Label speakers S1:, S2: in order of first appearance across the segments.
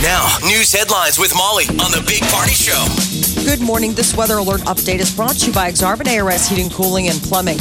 S1: Now, news headlines with Molly on the Big Party Show.
S2: Good morning. This weather alert update is brought to you by Exarban ARS Heating, Cooling, and Plumbing.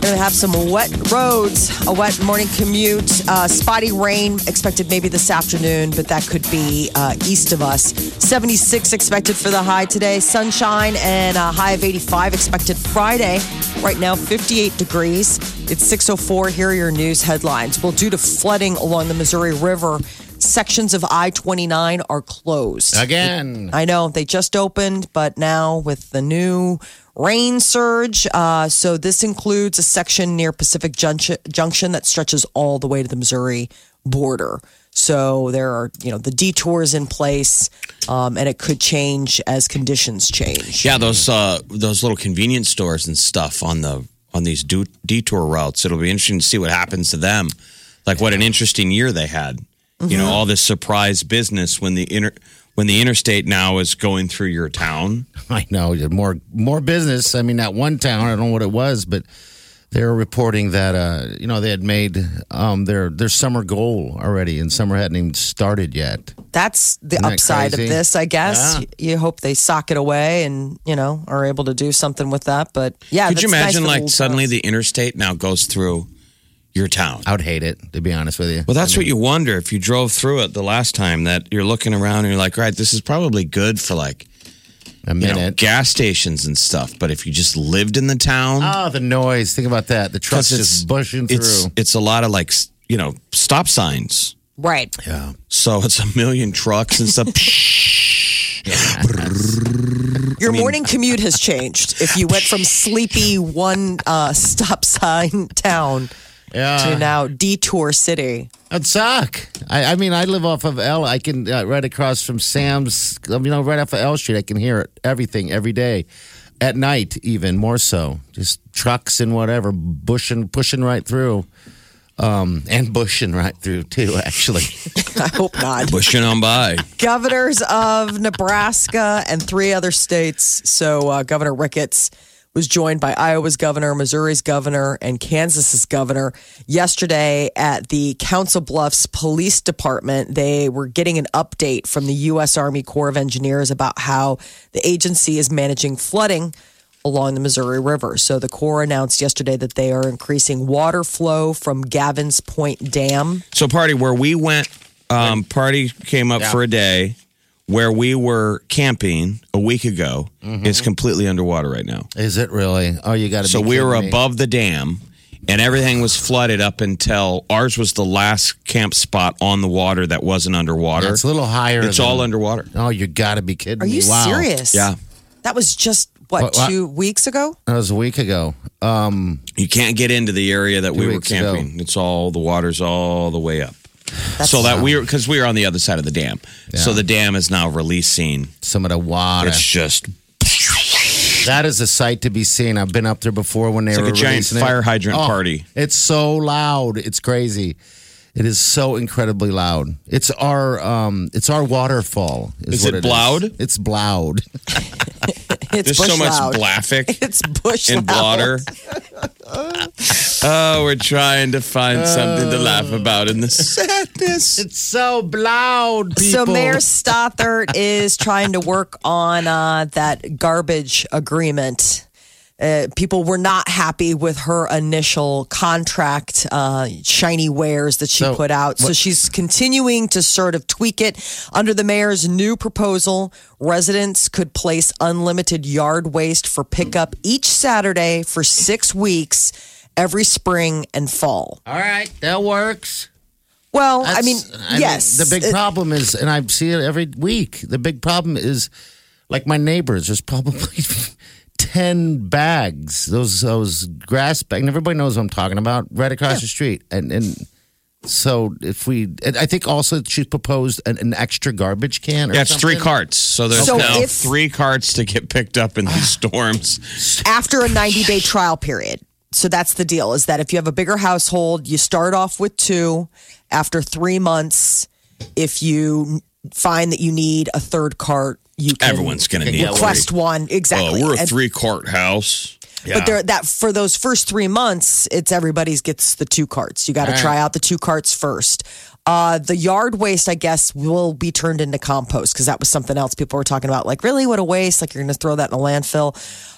S2: Going to have some wet roads, a wet morning commute, uh, spotty rain expected maybe this afternoon, but that could be uh, east of us. 76 expected for the high today, sunshine, and a high of 85 expected Friday. Right now, 58 degrees. It's 6:04. Here are your news headlines. Well, due to flooding along the Missouri River, sections of I 29 are closed.
S3: Again.
S2: I know they just opened, but now with the new rain surge. Uh, so this includes a section near Pacific Junction, Junction that stretches all the way to the Missouri border. So there are, you know, the detours in place, um, and it could change as conditions change.
S4: Yeah, those uh, those little convenience stores and stuff on the on these du- detour routes. It'll be interesting to see what happens to them. Like what an interesting year they had. You
S2: Mm-hmm.
S4: know, all this surprise business when the inter when the interstate now is going through your town.
S3: I know more more business. I mean, that one town, I don't know what it was, but they were reporting that uh, you know they had made um, their their summer goal already, and summer hadn't even started yet.
S2: That's the
S3: Isn't that
S2: upside of
S3: crazy?
S2: this, I guess.
S3: Yeah.
S2: You hope they sock it away and, you know, are able to do something with that. But yeah,
S4: Could you
S2: that's nice
S4: imagine
S2: for the
S4: like
S2: little
S4: suddenly
S2: girls.
S4: the interstate now goes through your town?
S3: I would hate it to be honest with you.
S4: Well, that's what you wonder if you drove through it the last time that you're looking around and you're like, all right, this is probably good for like
S3: A
S4: you know,
S3: minute.
S4: gas stations and stuff. But if you just lived in the town,
S2: Oh,
S3: Ah, the noise. Think about that. The truck's just bushing through.
S4: it's, It's a lot of like, s- you know, stop signs.
S2: right.
S3: yeah.
S4: So it's a million trucks and stuff.
S2: Your morning commute has changed. If you went from sleepy one uh, stop sign town to
S3: Yeah.
S2: now detour city.
S3: That'd suck. I, I mean, I live off of L. I can uh, right across from Sam's. You know, right off of L Street, I can hear it, everything every day, at night even more so. Just trucks and whatever bushing, pushing right through, um, and bushing right through too. Actually,
S2: I hope not.
S4: Pushing on by.
S2: Governors of Nebraska and three other states. So uh, Governor Ricketts was joined by Iowa's governor, Missouri's governor, and Kansas's governor yesterday at the Council Bluffs Police Department. They were getting an update from the U.S. Army Corps of Engineers about how the agency is managing flooding along the Missouri River. So the Corps announced yesterday that they are increasing water flow from Gavin's Point Dam.
S4: So, party where we went, um, party came up for a day where we were camping a week ago is completely underwater right now.
S3: is it really? Oh, Mm-hmm. you got to.
S4: So we were above the dam and everything was flooded up until ours was the last camp spot on the water that wasn't underwater.
S3: It's a little higher.
S4: It's
S3: than-
S4: all underwater.
S3: Oh, you got to be kidding
S2: Are
S3: me!
S2: you
S3: wow.
S2: serious?
S4: Yeah.
S2: That was just what,
S3: What- what?
S2: two weeks ago?
S3: That was a week ago. Um,
S4: You can't get into the area that we were
S3: weeks ago.
S4: camping. It's all the water's all the way up. so that we were because we were on the other side of the dam. So the dam is now releasing.
S3: some of the water.
S4: It's just
S3: That is a sight to be seen. I've been up there before when they
S4: like
S3: were
S4: a giant
S3: releasing it. Oh,
S4: fire hydrant party.
S3: It's so loud. It's crazy. It is so incredibly loud. It's our um, it's our waterfall. Is,
S4: Is
S3: what
S4: it
S3: loud?
S4: Bloud?
S3: It's Bloud.
S2: It's
S4: there's so
S2: bush
S4: much
S2: loud.
S4: blaffic
S2: It's bush
S4: and
S2: loud.
S4: water. oh, we're trying to find something to
S2: Oh.
S4: laugh about in the sadness.
S3: It's so loud.
S2: So
S3: People.
S2: Mayor Stothert is trying to work on uh, that garbage agreement. Uh, people were not happy with her initial contract, uh, shiny wares that she
S3: So,
S2: put out. So
S3: what-
S2: she's continuing to sort of tweak it. Under the mayor's new proposal, residents could place unlimited yard waste for pickup each Saturday for six weeks every spring and fall.
S3: All right, that works.
S2: Well, I
S3: That's-
S2: mean, yes. uh,
S3: the big
S2: It-
S3: problem is, and I see it every week. The big problem is, like my neighbors, there's probably ten bags. Those those grass bags. And everybody knows what I'm talking about, right across the street, and and So if we, and I think also she proposed an, an extra garbage can. Or
S4: Yeah, it's three
S3: something.
S4: carts. So there's
S2: So
S4: now
S2: if-
S4: three carts to get picked up in these storms.
S2: after a 90 day trial period. So that's the deal is that if you have a bigger household, you start off with two. After three months, if you find that you need a third cart, you can
S4: Everyone's going to need
S2: request
S4: three.
S2: one. Exactly.
S4: Oh, we're a
S2: And-
S4: three cart house.
S2: But there, that for those first three months, it's everybody's gets the two carts. You got to
S3: All right.
S2: try out the two carts first. Uh, the yard waste, I guess, will be turned into compost because that was something else people were talking about. Like, really, what a waste! Like you're going to throw that in a landfill.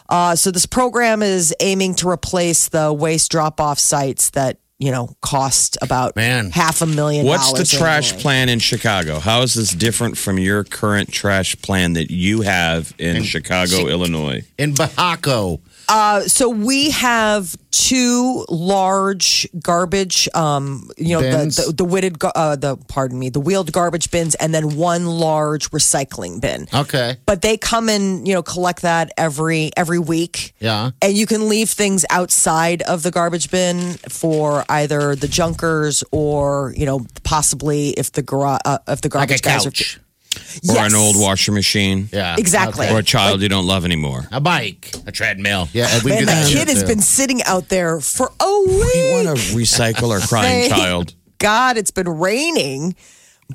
S2: Uh, so this program is aiming to replace the waste drop-off sites that you know cost about
S3: Man.
S2: half a million.
S4: What's the
S2: dollars
S4: trash
S2: annually.
S4: plan in Chicago? How is this different from your current trash plan that you have in, Chicago, Illinois?
S3: in Bajaco.
S2: so we have two large garbage, um, you know,
S3: Bins?
S2: the the, the witted, gar- uh, the pardon me, the wheeled garbage bins, and then one large recycling bin.
S3: Okay.
S2: But they come and you know collect that every every week.
S3: Yeah.
S2: and you can leave things outside of the garbage bin for either the junkers or you know possibly if the garage uh, if the
S3: Like a
S2: garbage guys
S3: couch.
S2: are
S4: Or an old washer machine?
S3: Yeah.
S2: Exactly.
S4: Or a child you don't love anymore?
S3: A bike. A treadmill. Yeah. and we do
S2: And that
S3: here,
S2: kid has
S3: too.
S2: been sitting out there for a week.
S4: You want to recycle our crying
S2: Thank
S4: child?
S2: God, it's been raining.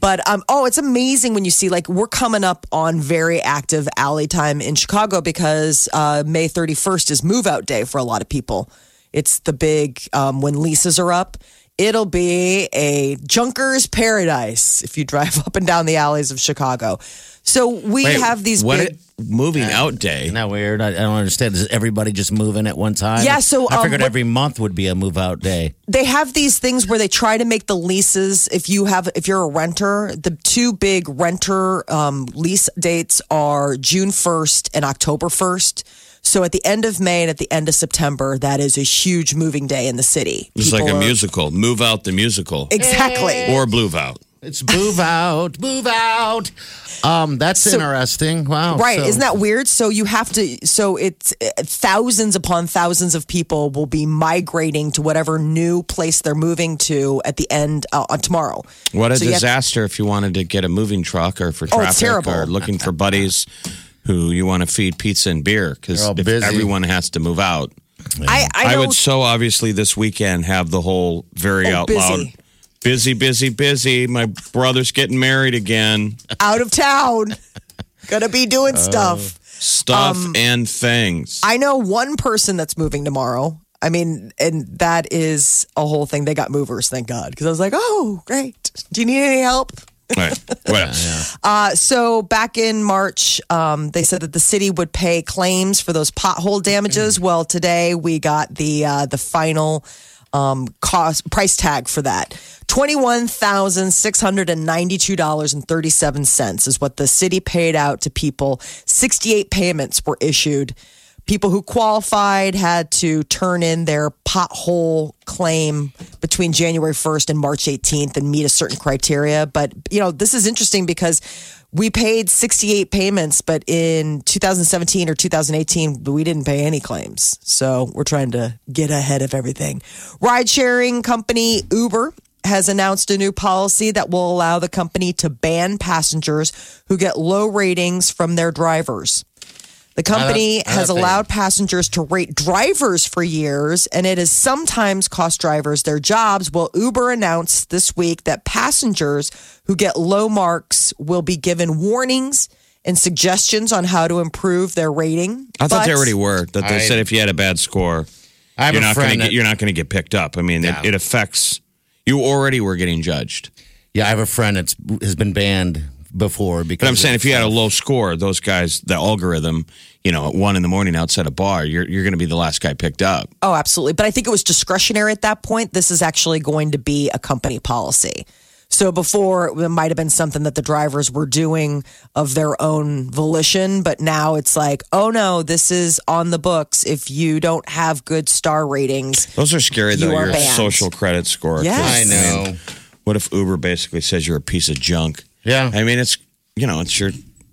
S2: But um, oh, it's amazing when you see like we're coming up on very active alley time in Chicago because uh, May 31st is move out day for a lot of people. It's the big um, when leases are up. It'll be a junker's paradise if you drive up and down the alleys of Chicago. So we
S4: Wait,
S2: have these
S4: what
S2: big.
S4: i- moving out day.
S3: Isn't that weird? I, I don't understand. Is everybody just moving at one time?
S2: Yeah, so,
S3: I
S2: um,
S3: figured
S2: what-
S3: every month would be a move out day.
S2: they have these things where they try to make the leases if you have if you're a renter the two big renter um, lease dates are june 1st and october 1st so at the end of may and at the end of september that is a huge moving day in the city
S4: It's like a
S2: People are-
S4: musical. Move out the musical.
S2: exactly
S4: Or move out.
S3: It's move out, move out. Um, that's interesting. Wow.
S2: Right,
S3: so-
S2: isn't that weird? So you have to. So it's uh, thousands upon thousands of people will be migrating to whatever new place they're moving to at the end uh, on tomorrow.
S4: What a
S2: So you have-
S4: disaster if you wanted to get a moving truck or for
S2: Oh,
S4: traffic
S2: it's terrible.
S4: or looking for buddies who you want to feed pizza and beer because
S3: They're all busy.
S4: everyone has to move out.
S2: I, I,
S4: I,
S2: know
S4: would so obviously this weekend have the whole very
S2: Oh,
S4: out loud.
S2: busy.
S4: Busy, busy, busy. My brother's getting married again.
S2: out of town. Gonna be doing stuff.
S4: Stuff and things.
S2: Um, I know one person that's moving tomorrow. I mean, and that is a whole thing. They got movers, thank God. Because I was like, oh, great. Do you need any help?
S4: All right, what else?
S2: Uh, so back in March, um, they said that the city would pay claims for those pothole damages. Well, today we got the uh, the final um, cost price tag for that twenty one thousand six hundred and ninety two dollars and thirty seven cents is what the city paid out to people. Sixty eight payments were issued. People who qualified had to turn in their pothole claim between January 1st and March 18th and meet a certain criteria. But, you know, this is interesting because we paid 68 payments, but in 2017 or 2018, we didn't pay any claims. So we're trying to get ahead of everything. Ride sharing company Uber has announced a new policy that will allow the company to ban passengers who get low ratings from their drivers. The company
S3: I
S2: has
S3: don't think-
S2: allowed passengers to rate drivers for years, and it has sometimes cost drivers their jobs. Well, Uber announced this week that passengers who get low marks will be given warnings and suggestions on how to improve their rating.
S4: I thought they
S2: But-
S4: already were. That they
S3: I-
S4: said if you had a bad score,
S3: I have
S4: you're
S3: a
S4: not going to
S3: friend.
S4: get
S3: that-
S4: you're not going to get picked up. I mean, it, it affects. You already were getting judged.
S3: yeah, I have a friend that's has been banned before because.
S4: But I'm saying if you had a low score, those guys, the algorithm, you know, at one in the morning outside a bar, you're you're going to be the last guy picked up.
S2: Oh, absolutely. But I think it was discretionary at that point. This is actually going to be a company policy. So before it might have been something that the drivers were doing of their own volition, but now it's like, oh no, this is on the books. If you don't have good star ratings,
S4: Those are scary though.
S2: You are
S4: your
S2: banned.
S4: social credit score.
S2: Yes.
S3: I know.
S4: What if Uber basically says you're a piece of junk?
S3: Yeah.
S4: I mean, it's you know, it's your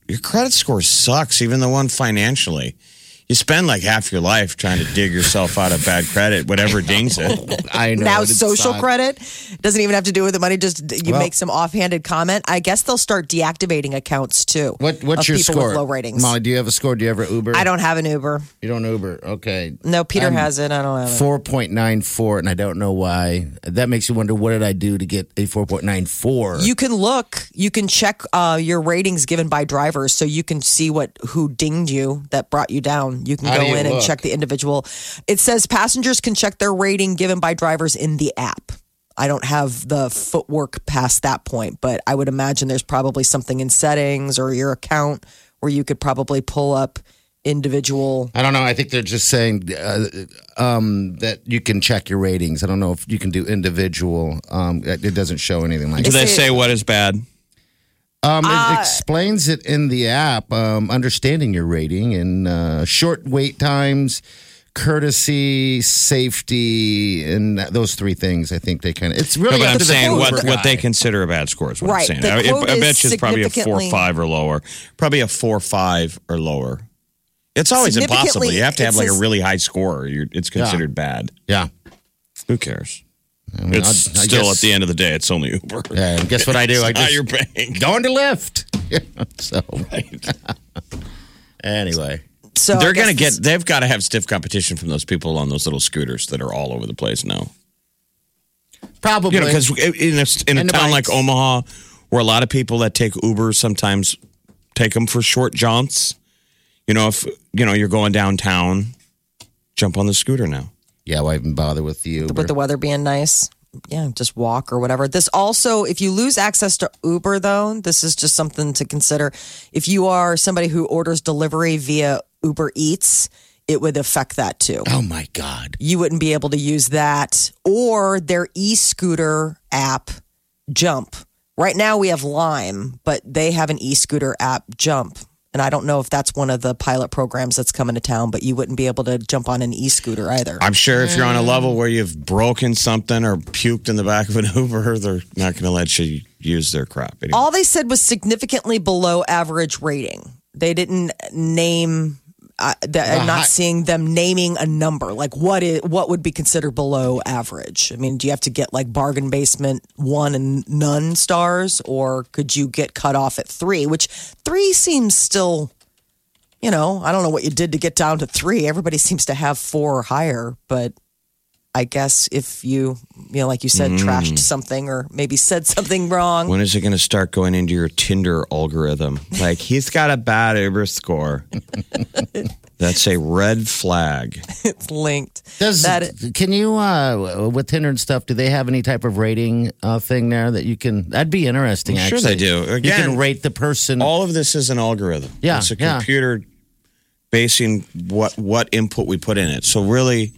S4: your credit score sucks. Even the one financially, You spend like half your life trying to dig yourself out of bad credit, whatever dings it.
S3: I know.
S2: now
S3: it
S2: social
S3: sucks.
S2: credit doesn't even have to do with the money. Just you
S3: Well-
S2: make some offhanded comment. I guess they'll start deactivating accounts too.
S3: What what's
S2: of
S3: your
S2: people
S3: score?
S2: With low ratings.
S3: Molly, do you have a score? Do you ever Uber?
S2: I don't have an Uber.
S3: You don't Uber. Okay.
S2: No, Peter has it. I don't have it.
S3: Four point nine four, and I don't know why. That makes you wonder what did I do to get a four point nine four?
S2: You can look. You can check uh, your ratings given by drivers, so you can see what who dinged you that brought you down. You can
S3: How
S2: go
S3: do you
S2: in and
S3: look?
S2: check the individual. It says passengers can check their rating given by drivers in the app. I don't have the footwork past that point, but I would imagine there's probably something in settings or your account where you could probably pull up individual.
S3: I don't know. I think they're just saying uh, um, that you can check your ratings. I don't know if you can do individual. Um, it it doesn't show anything like
S4: Do
S3: that.
S4: they say what is bad?
S3: Um, it explains it in the app, um, understanding your rating and uh, short wait times, courtesy, safety, and those three things. I think they kind of. It's really.
S4: No, but
S3: up to
S4: I'm
S3: the
S4: saying what,
S3: Uber
S4: what they
S3: guy.
S4: consider a bad score is what
S2: Right.
S4: I'm saying.
S2: The
S4: I,
S2: quote
S4: I, I
S2: is
S4: bet you it's probably a four
S2: significantly-
S4: five or lower. Probably a four five or lower. It's always impossible.
S2: Significantly,
S4: You have to
S2: it
S4: have like a
S2: says-
S4: really high score. or You're, it's considered bad.
S3: Yeah.
S4: Who cares?
S3: I mean,
S4: It's
S3: I- I
S4: still
S3: guess-
S4: at the end of the day, it's only Uber.
S3: Yeah, and guess what I do? I
S4: It's not
S3: just
S4: your bank.
S3: going to Lyft. so anyway,
S2: So I
S4: They're
S2: guess
S4: going to
S2: this-
S4: get, they've got to have stiff competition from those people on those little scooters that are all over the place now.
S3: probably
S4: You know, because in a, in a
S3: And the
S4: town like
S3: bikes.
S4: Omaha, where a lot of people that take Uber sometimes take them for short jaunts. You know, if you know you're going downtown, jump on the scooter now.
S3: yeah, why even bother with the Uber?
S2: with the weather being nice. Yeah, just walk or whatever. This also, if you lose access to Uber, though, this is just something to consider. If you are somebody who orders delivery via Uber Eats, it would affect that too.
S3: oh my god!
S2: You wouldn't be able to use that or their e scooter app, Jump. Right now we have Lime, but they have an e scooter app, Jump. And I don't know if that's one of the pilot programs that's coming to town, but you wouldn't be able to jump on an e scooter either.
S4: I'm sure if you're on a
S3: Mm.
S4: level where you've broken something or puked in the back of an Uber, they're not going to let you use their crap. Anymore.
S2: all they said was significantly below average rating. They didn't name. Uh, the, I'm not
S3: hi-
S2: seeing them naming a number. Like what is what would be considered below average? I mean, do you have to get like bargain basement one and none stars, or could you get cut off at three? Which three seems still, you know, I don't know what you did to get down to three. Everybody seems to have four or higher, but I guess if you, you know, like you said, trashed something or maybe said something wrong.
S4: When is it going to start going into your Tinder algorithm? Like, he's got a bad Uber score. That's a red flag.
S2: it's linked.
S3: Does
S2: That-
S3: can you uh, with Tinder and stuff? Do they have any type of rating uh, thing there that you can? That'd be interesting.
S4: I'm sure
S3: actually.
S4: they do.
S3: you
S4: Again,
S3: can rate the person.
S4: All of this is an algorithm.
S3: Yeah,
S4: it's a
S3: yeah.
S4: computer basing what what input we put in it. So really,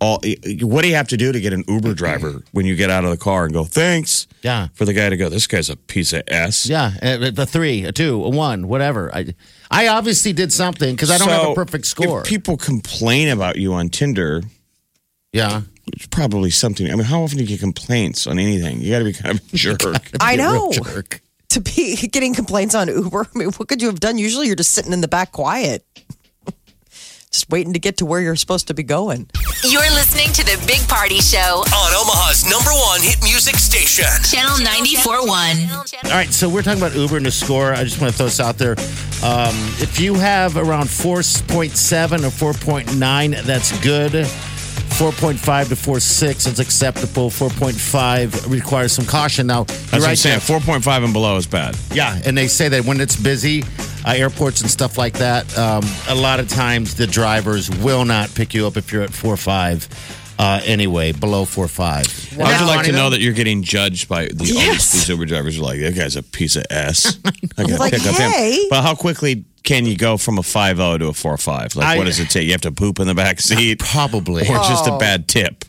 S4: all what do you have to do to get an Uber driver when you get out of the car and go thanks?
S3: Yeah.
S4: for the guy to go, this guy's a piece of s.
S3: yeah, a, a three, a two, a one, whatever. I, I obviously did something because I don't have a
S4: So,
S3: perfect score.
S4: If people complain about you on Tinder.
S3: yeah,
S4: It's probably something. I mean, how often do you get complaints on anything? You got to be kind of a jerk.
S2: I know.
S3: jerk.
S2: To be getting complaints on Uber, I mean, what could you have done? Usually you're just sitting in the back quiet, just waiting to get to where you're supposed to be going.
S5: You're listening to the Big Party Show,
S1: On Omaha's number one hit music station.
S5: Channel 94.1.
S3: All right, so we're talking about Uber and the score. I just want to throw this out there. Um, if you have around 4.7 or 4.9, that's good. 4.5 to 4.6 is acceptable. 4.5 requires some caution. Now, you're
S4: That's what I'm
S3: right.
S4: saying.
S3: Jeff.
S4: Four point five and below is bad.
S3: Yeah, and they say that when it's busy, uh, airports and stuff like that, um, a lot of times the drivers will not pick you up if you're at 4.5 uh, anyway, below 4.5.
S4: I would
S3: Now,
S4: like to
S3: Bonnie,
S4: know that you're getting judged by the
S2: Yes.
S4: these Uber drivers are like, that guy's a piece of ass. I gotta
S2: Like, hey.
S4: But how quickly can you go from a 5.0 to a 4.5? Like,
S3: I-
S4: what does it take? You have to poop in the back seat
S3: Probably.
S4: or just
S2: Oh.
S4: a bad tip?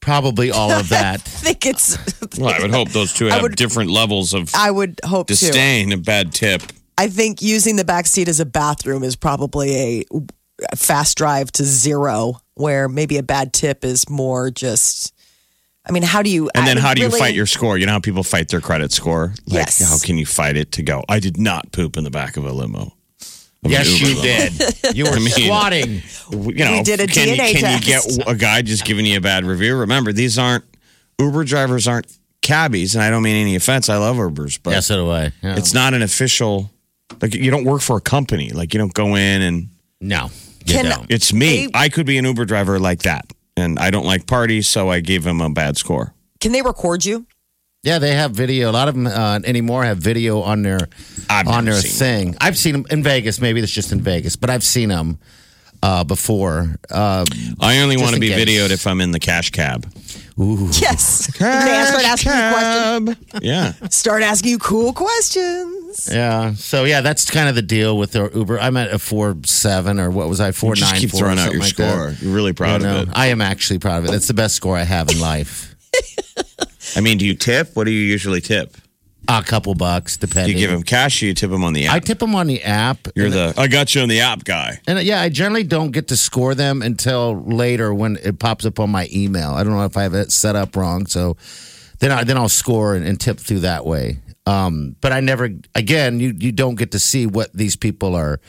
S3: Probably all of that.
S2: I think it's.
S4: Well, I would hope those two have
S2: would-
S4: different levels of
S2: I would hope to.
S4: disdain and bad tip.
S2: I think using the back seat as a bathroom is probably a, a fast drive to zero, where maybe a bad tip is more just. I mean, how do you?
S4: And then
S2: I
S4: how do you
S2: really-
S4: fight your score? You know how people fight their credit score? Like,
S2: Yes.
S4: how can you fight it to go, I did not poop in the back of a limo? I mean,
S3: Yes, you
S4: Uber them.
S3: did. You were
S4: I mean-
S3: squatting.
S4: You know,
S2: We did a
S4: can,
S2: DNA
S4: you, can
S2: test.
S4: you get a guy just giving you a bad review? Remember, these aren't Uber drivers aren't cabbies, and I don't mean any offense. I love Ubers, but
S3: Yeah, so do I. Yeah.
S4: it's not an official. Like you don't work for a company. Like you don't go in and
S3: no, you
S2: Can-
S3: don't.
S4: it's me. I could be an Uber driver like that, and I don't like parties, so I gave him a bad score.
S2: Can they record you?
S3: Yeah, they have video. A lot of them uh, anymore have video on their
S4: I've
S3: on
S4: never
S3: their
S4: seen
S3: thing. I've seen them in Vegas. Maybe it's just in Vegas, but I've seen them uh, before. Uh,
S4: I only
S3: Just
S4: want to
S3: in
S4: be
S3: case.
S4: videoed if I'm in the cash cab.
S2: Yes. They start asking you questions.
S4: Yeah.
S2: Start asking you cool questions.
S3: yeah. So yeah, that's kind of the deal with their Uber. I'm at a four seven or what was I four
S4: Just
S3: nine
S4: keep
S3: four or
S4: throwing out your
S3: something like
S4: score.
S3: that.
S4: You're really proud
S3: I know.
S4: of it.
S3: I am actually proud of it. That's the best score I have in life.
S4: I mean, do you tip? What do you usually tip?
S3: a couple bucks,
S4: Do
S3: depending.
S4: you give him cash or you tip him on the app?
S3: I tip them on the app.
S4: You're the I got you on the app guy.
S3: And uh, yeah, I generally don't get to score them until later when it pops up on my email. I don't know if I have it set up wrong, so then I then I'll score and, and tip through that way. Um, but I never again you you don't get to see what these people are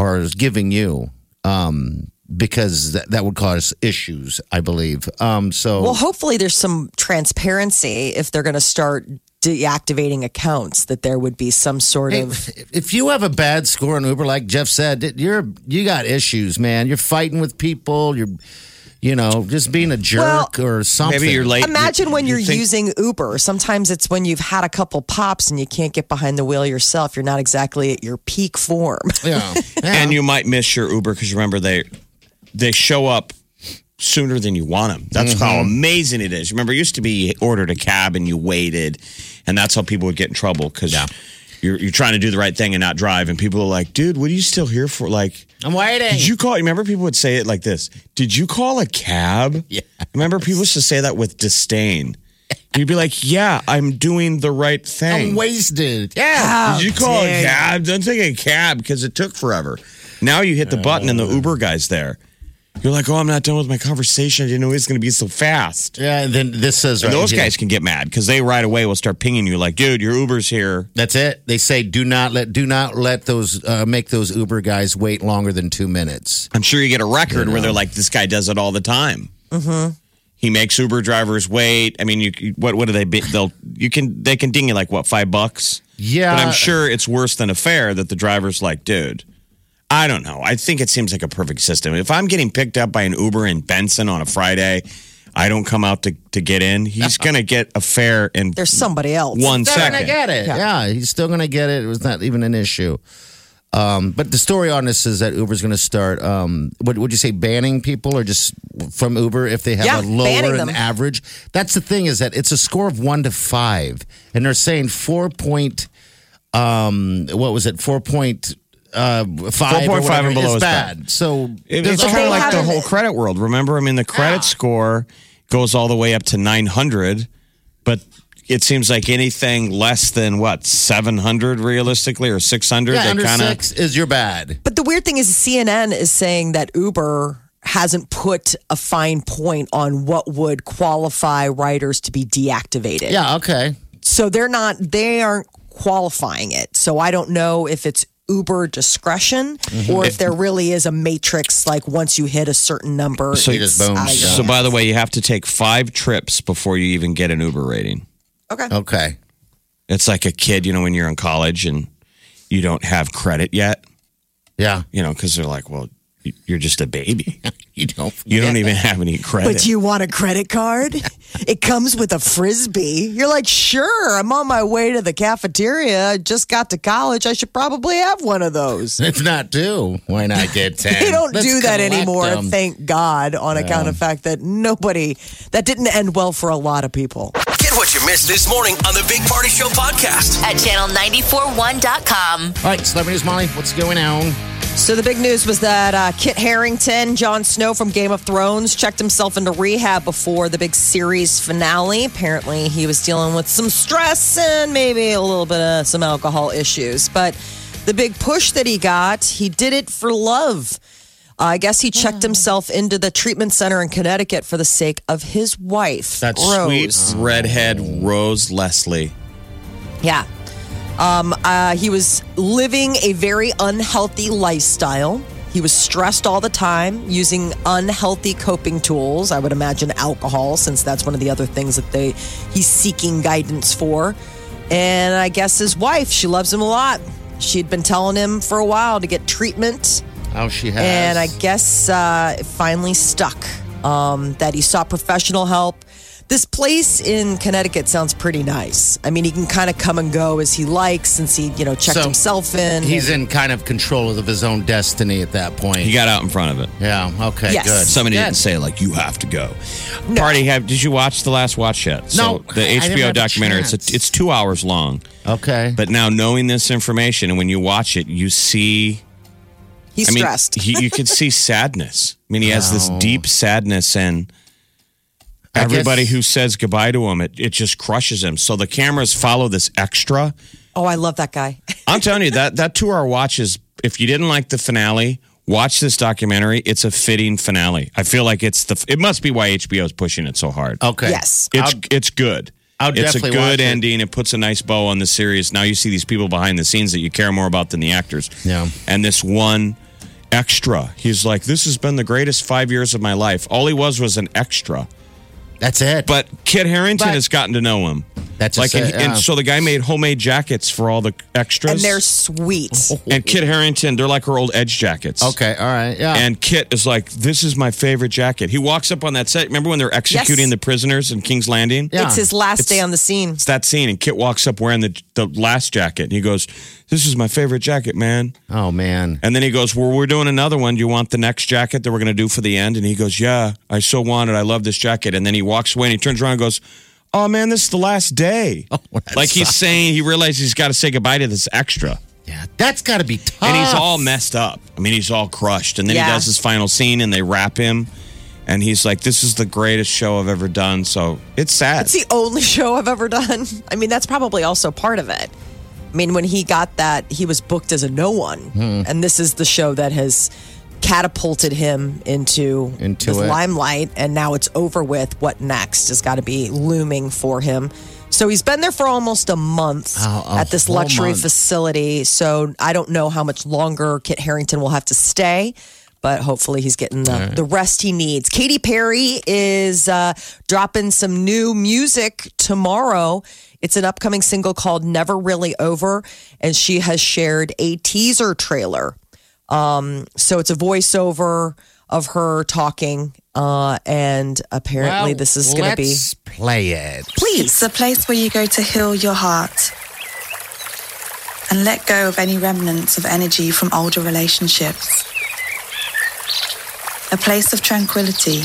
S3: are giving you um, because that, that would cause issues, I believe. Um, so
S2: Well, hopefully there's some transparency if they're going to start deactivating accounts that there would be some sort
S3: Hey,
S2: of
S3: if you have a bad score on Uber, like Jeff said, you're you got issues, man. You're fighting with people. You're you know just being a jerk or something.
S4: Maybe you're late.
S2: Imagine
S4: You-
S2: when
S4: you
S2: you're
S4: think-
S2: using Uber. Sometimes it's when you've had a couple pops and you can't get behind the wheel yourself. You're not exactly at your peak form.
S3: Yeah.
S4: and you might miss your Uber because remember they they show up sooner than you want them. That's how amazing it is. Remember, it used to be you ordered a cab and you waited, and that's how people would get in trouble because you're you're trying to do the right thing and not drive, and people are like, "Dude, what are you still here for?" Like.
S3: I'm waiting.
S4: Did you call? Remember, people would say it like this: "Did you call a cab?" Yeah. Remember, people used to say that with disdain. You'd be like, "Yeah, I'm doing the right thing."
S3: I'm wasted.
S4: Yeah. Did you call
S2: dang.
S4: a cab? Don't take a cab because it took forever. Now you hit the button and the Uber guy's there. You're like, oh, I'm not done with my conversation. I didn't know it was going to be so fast.
S3: Yeah, and then this says
S4: And
S3: right
S4: those
S3: here-
S4: guys can get mad because they right away will start pinging you like, dude, your Uber's here.
S3: That's it. They say do not let do not let those uh, make those Uber guys wait longer than two minutes.
S4: I'm sure you get a record where they're like, this guy does it all the time. Mm-hmm. He makes Uber drivers wait. I mean, you what what do they? Be, they'll you can they can ding you like what five bucks.
S3: Yeah.
S4: but I'm sure it's worse than a fare that the driver's like, dude. I don't know. I think it seems like a perfect system. If I'm getting picked up by an Uber in Benson on a Friday, I don't come out to, to get in. He's gonna get a fare in
S2: There's somebody else.
S4: one
S3: Still gonna
S4: second.
S3: get it. Yeah. he's still gonna get it. It was not even an issue. Um, but the story on this is that Uber's going to start. Um, would would you say banning people or just from Uber if they have
S2: Yeah,
S3: a lower
S2: banning them.
S3: than average? That's the thing is that it's a score of one to five, and they're saying four point. Um, what was it? Four point uh, five. or
S4: 4.5 and
S3: whatever
S4: below
S3: is
S4: is bad.
S3: bad. So
S4: It,
S3: there's
S4: it's
S3: a
S4: kind of
S3: whole
S4: like
S3: lot
S4: the
S3: of-
S4: whole credit world. Remember, I mean, the credit score goes all the way up to 900, but it seems like anything less than what 700 realistically or 600,
S3: Yeah, under
S4: they kind of
S3: six is you're bad.
S2: But the weird thing is, CNN is saying that Uber hasn't put a fine point on what would qualify riders to be deactivated.
S3: Yeah, okay.
S2: So they're not, they aren't qualifying it. So I don't know if it's Uber discretion or if there really is a matrix like once you hit a certain number.
S4: So you
S3: just
S2: it's
S3: boom,
S2: out of your
S4: So,
S2: hands.
S4: by the way, you have to take five trips before you even get an Uber rating.
S2: okay.
S3: Okay.
S4: It's like a kid, you know, when you're in college and you don't have credit yet,
S3: Yeah.
S4: you know, because they're like, well, y- you're just a baby.
S3: You don't.
S4: You don't even have any credit.
S2: But you want a credit card? it comes with a frisbee. You're like, sure, I'm on my way to the cafeteria. I just got to college. I should probably have one of those.
S3: If not two, why not get ten?
S2: They don't
S3: Let's
S2: do that
S3: collect
S2: anymore,
S3: them.
S2: thank God, on account of the fact that nobody, that didn't end well for a lot of people.
S1: Get what you missed this morning on the Big Party Show podcast.
S5: At channel941.com.
S3: All right, celebrities, Molly, what's going on?
S2: So the big news was that uh, Kit Harrington, Jon Snow from Game of Thrones, checked himself into rehab before the big series finale. Apparently, he was dealing with some stress and maybe a little bit of some alcohol issues. But the big push that he got, he did it for love. Uh, I guess he checked himself into the treatment center in Connecticut for the sake of his wife.
S4: That
S2: Rose.
S4: sweet redhead Rose Leslie.
S2: Yeah. Um, uh, he was living a very unhealthy lifestyle. He was stressed all the time, using unhealthy coping tools. I would imagine alcohol, since that's one of the other things that they he's seeking guidance for. And I guess his wife, she loves him a lot. She had been telling him for a while to get treatment
S3: How Oh, she has.
S2: and I guess uh, it finally stuck um, that he sought professional help. This place in Connecticut sounds pretty nice. I mean, he can kind of come and go as he likes since he, you know, checked
S3: So,
S2: himself in.
S3: He's in kind of control of his own destiny at that point.
S4: He got out in front of it.
S3: yeah. Okay.
S2: Yes.
S3: Good.
S4: Somebody
S3: Good.
S4: didn't say like you have to go. Party have? Did you watch the last watch yet?
S3: No,
S4: the
S3: I didn't
S4: HBO
S3: have a
S4: documentary. It's
S3: chance.
S4: a, it's two hours long.
S3: Okay.
S4: But now knowing this information, and when you watch it, you see.
S2: He's
S4: I mean,
S2: stressed.
S4: he, you could see sadness. I mean, he has this deep sadness, and
S3: I guess-
S4: everybody who says goodbye to him, it, it just crushes him. So the cameras follow this extra.
S2: oh, I love that guy.
S4: I'm telling you that that two hour watch is. If you didn't like the finale, watch this documentary. It's a fitting finale. I feel like it's the. It must be why HBO is pushing it so hard.
S3: okay.
S2: Yes.
S4: It's it's good.
S3: Oh, I'll
S4: it's a
S3: definitely
S4: good
S3: watch it.
S4: ending. It. puts a nice bow on the series. Now you see these people behind the scenes that you care more about than the actors.
S3: Yeah.
S4: And this one extra, he's like, "This has been the greatest five years of my life." All he was was an extra.
S3: That's it.
S4: But Kid Harrington
S3: But-
S4: has gotten to know him.
S3: That's
S4: like,
S3: just
S4: and,
S3: it,
S4: and
S3: yeah.
S4: so the guy made homemade jackets for all the extras.
S2: And they're sweet.
S4: and Kid Harrington, they're like her old Edge jackets.
S3: okay. All right. Yeah.
S4: And Kit is like, "This is my favorite jacket." He walks up on that set. Remember when they're executing the prisoners in King's Landing?
S3: Yeah.
S2: It's his last
S4: It's-
S2: day on the scene.
S4: It's that scene, and Kit walks up wearing the the last jacket, and he goes, "This is my favorite jacket, man."
S3: oh man.
S4: And then he goes, "Well, we're doing another one. Do you want the next jacket that we're going to do for the end?" And he goes, "Yeah, I so want it. I love this jacket." And then he walks away, and he turns around and goes. Oh man, this is the last day.
S3: Oh,
S4: like he's saying, he realizes he's got to say goodbye to this extra,
S3: Yeah. That's got to be tough.
S4: and he's all messed up. I mean, he's all crushed. And then he
S2: Yeah.
S4: does his final scene, and they wrap him, and he's like, "This is the greatest show I've ever done." So it's sad.
S2: It's the only show I've ever done. I mean, that's probably also part of it. I mean, when he got that, he was booked as a no one. And this is the show that has catapulted him into,
S3: Into
S2: the
S3: it.
S2: limelight. And now it's over with. What next has got to be looming for him. So he's been there for almost a month
S3: Oh, a
S2: at this
S3: whole
S2: luxury
S3: month.
S2: facility. So I don't know how much longer Kit Harrington will have to stay, but hopefully he's getting the, the rest he needs. Katy Perry is uh, dropping some new music tomorrow. It's an upcoming single called Never Really Over, and she has shared a teaser trailer. Um, so it's a voiceover of her talking, uh, and apparently
S3: Well,
S2: this is going to be.
S3: let's play it.
S6: It's the place where you go to heal your heart and let go of any remnants of energy from older relationships. A place of tranquility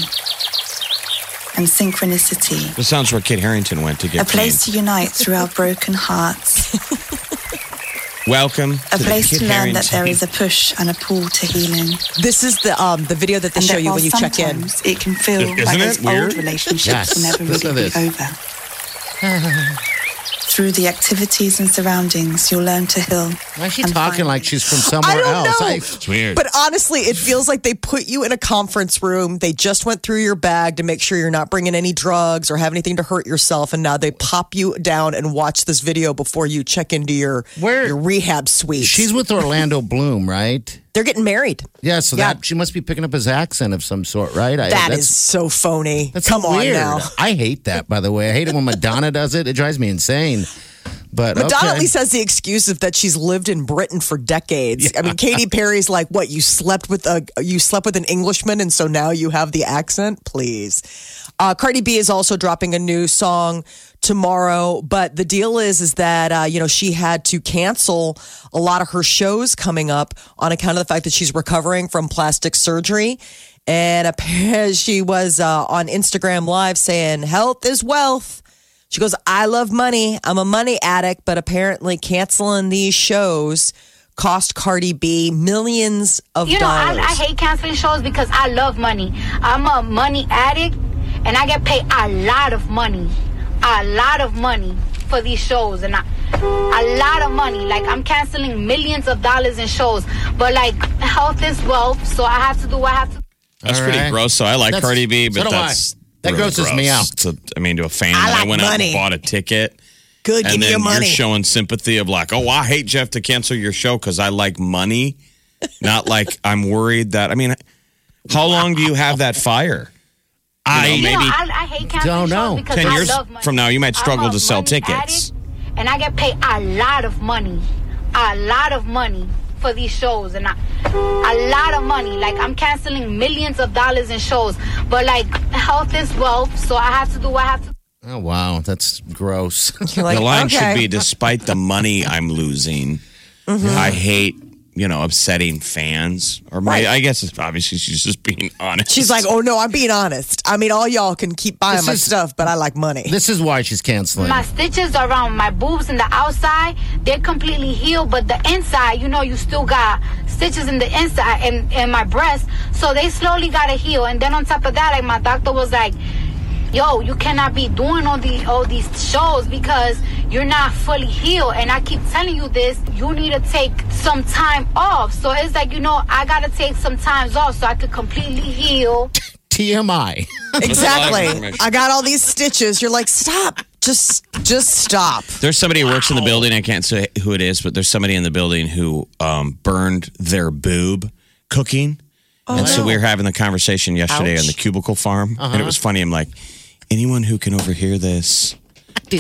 S6: and synchronicity.
S4: This sounds where Kid Harrington went to get
S6: A place to
S4: clean.
S6: unite through our broken hearts.
S4: Welcome.
S6: A
S4: the
S6: place
S4: Kid
S6: to learn that there is
S4: Harington.
S6: a push and a pull to healing.
S2: This is the um, the video that they
S6: And
S2: show
S6: that
S2: you
S6: while
S2: when you check in.
S6: sometimes It can feel
S4: Isn't
S6: like
S4: it
S6: those
S4: weird?
S6: old relationships
S3: Yes.
S6: will never
S3: Listen
S6: really
S3: to this.
S6: be over. Through the activities and surroundings, you'll learn to heal.
S3: Why is she
S6: and
S3: talking
S6: find-
S3: like she's from somewhere
S2: I don't
S3: else?
S2: know.
S3: I-
S2: But uh, honestly, it feels like they put you in a conference room. They just went through your bag to make sure you're not bringing any drugs or have anything to hurt yourself. And now they pop you down and watch this video before you check into your
S3: Where-
S2: your rehab suite.
S3: she's with Orlando Bloom, right?
S2: they're getting married.
S3: Yeah, so
S2: Yeah.
S3: that she must be picking up his accent of some sort, right? I,
S2: That is so phony.
S3: that's
S2: Come
S3: weird.
S2: on now.
S3: I hate that, by the way. I hate it when Madonna does it. It drives me insane. But
S2: Madonna
S3: okay.
S2: at least has the excuse of that she's lived in Britain for decades. I mean, Katy Perry's like, "What you slept with a you slept with an Englishman, and so now you have the accent." Please, uh, Cardi B is also dropping a new song tomorrow. But the deal is, is that uh, you know she had to cancel a lot of her shows coming up on account of the fact that she's recovering from plastic surgery. And apparently she was uh, on Instagram Live saying, "Health is wealth." She goes, I love money. I'm a money addict, but apparently canceling these shows cost Cardi B millions of
S7: You know, I,
S2: dollars.
S7: I hate canceling shows because I love money. I'm a money addict, and I get paid a lot of money, a lot of money for these shows, and I, a lot of money. Like I'm canceling millions of dollars in shows, but like health is wealth, so I have to do what I have to.
S4: That's
S3: All
S4: pretty
S3: right.
S4: gross. So I like
S3: That's-
S4: Cardi B, but
S3: so do I.
S4: that's
S3: That
S4: really
S3: grosses me
S4: gross.
S3: out.
S4: To- I mean, to a
S2: I
S4: fan, that
S2: like
S4: went out
S2: money.
S4: and bought a ticket
S8: Good, give
S4: and
S8: me
S4: then
S8: your money.
S4: you're showing sympathy of like, oh, I hate Jeff to cancel your show because I like money, not like I'm worried that. I mean, how long do you have that fire? I
S7: You know,
S4: maybe
S7: I, I hate
S3: Don't
S7: canceling shows
S3: know.
S7: because
S4: 10
S7: I
S4: years
S7: love money.
S4: from now, you might
S7: I'm
S4: struggle
S7: a
S4: to sell
S7: money
S4: tickets.
S7: addict, and I get paid a lot of money, a lot of money for these shows, and I, a lot of money. Like I'm canceling millions of dollars in shows, but like health is wealth, so I have to do what I have to.
S3: Oh wow, that's gross.
S2: You're like,
S4: the line
S2: okay.
S4: should be despite the money I'm losing, I hate, you know, upsetting fans. Or my,
S2: Right.
S4: I guess it's obviously she's just being honest.
S8: She's like, oh no, I'm being honest. I mean, all y'all can keep buying
S3: This
S8: my
S3: is-
S8: stuff, but I like money.
S3: this is why she's canceling.
S7: My stitches around my boobs and the outside, they're completely healed, but the inside, you know, you still got stitches in the inside and, and my breast. So they slowly gotta heal. And then on top of that, like my doctor was like, Yo, you cannot be doing all these all these shows because you're not fully healed. And I keep telling you this, you need to take some time off. So it's like, you know, I gotta take some times off so I could completely heal.
S3: TMI.
S8: exactly.
S4: information.
S8: I got all these stitches. You're like, stop. Just, just stop.
S4: There's somebody who works in the building. I can't say who it is, but there's somebody in the building who um, burned their boob cooking.
S8: Oh,
S4: and so we were having the conversation yesterday on the cubicle farm, and it
S8: Uh-huh.
S4: was funny. I'm like, anyone who can overhear this,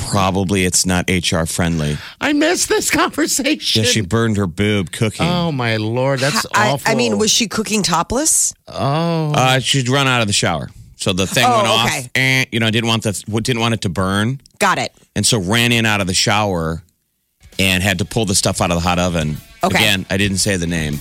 S4: probably it's not HR friendly.
S3: I missed this conversation.
S4: Yeah, she burned her boob cooking.
S3: oh my lord, that's
S8: I,
S3: awful. Oh,
S8: I mean, was she cooking topless?
S4: Uh, she'd run out of the shower, so the thing
S8: Oh,
S4: went off.
S8: okay.
S4: And you know, didn't want the didn't want it to burn,
S8: Got it.
S4: and so ran in out of the shower, and had to pull the stuff out of the hot oven.
S8: Okay. Uh-huh.
S4: Again, I didn't say the name,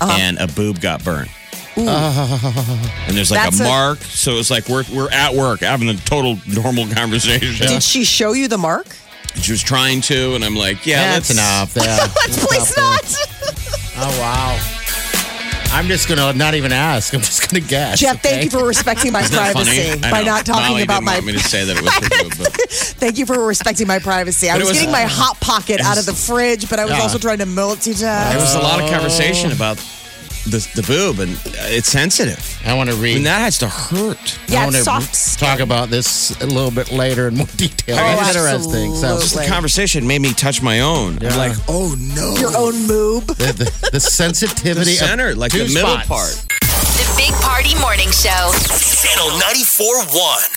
S4: and a boob got burnt. And there's like
S8: That's
S4: a
S8: a-
S4: mark, so it's like we're we're at work having a total normal conversation.
S8: Did she show you the mark?
S4: She was trying to, and I'm like, yeah,
S3: that's enough.
S4: let's-
S3: Yeah,
S4: Uh,
S3: That's
S8: Please
S3: awful.
S8: not.
S3: Oh wow. I'm just gonna not even ask. I'm just gonna guess.
S8: Jeff,
S3: okay?
S8: thank you for respecting my
S4: Isn't that
S8: privacy
S4: funny? I
S8: by
S4: know.
S8: not talking
S4: Molly
S8: about
S4: didn't
S8: my.
S4: Want me to say that it was her boob, but
S8: Thank you for respecting my privacy. I
S4: But it
S8: was,
S4: was-
S8: getting my hot pocket out of the fridge, but I was
S3: Yeah.
S8: also trying to multitask.
S4: there was a lot of conversation
S3: Oh.
S4: about the the boob, and it's sensitive.
S3: I want to read.
S4: I mean, that has to hurt.
S8: Yeah,
S3: I want
S8: it's
S3: to
S8: soft skin.
S3: talk about this a little bit later in more detail.
S4: Oh,
S3: it's interesting. So
S4: Just the conversation made me touch my own. I'm like, oh no.
S8: Your own moob.
S3: the, the, the
S4: the
S3: sensitivity
S4: center,
S3: of
S4: like
S3: two
S4: the middle
S3: spots.
S4: part.
S5: The Big Party Morning Show.
S1: Channel 94 1.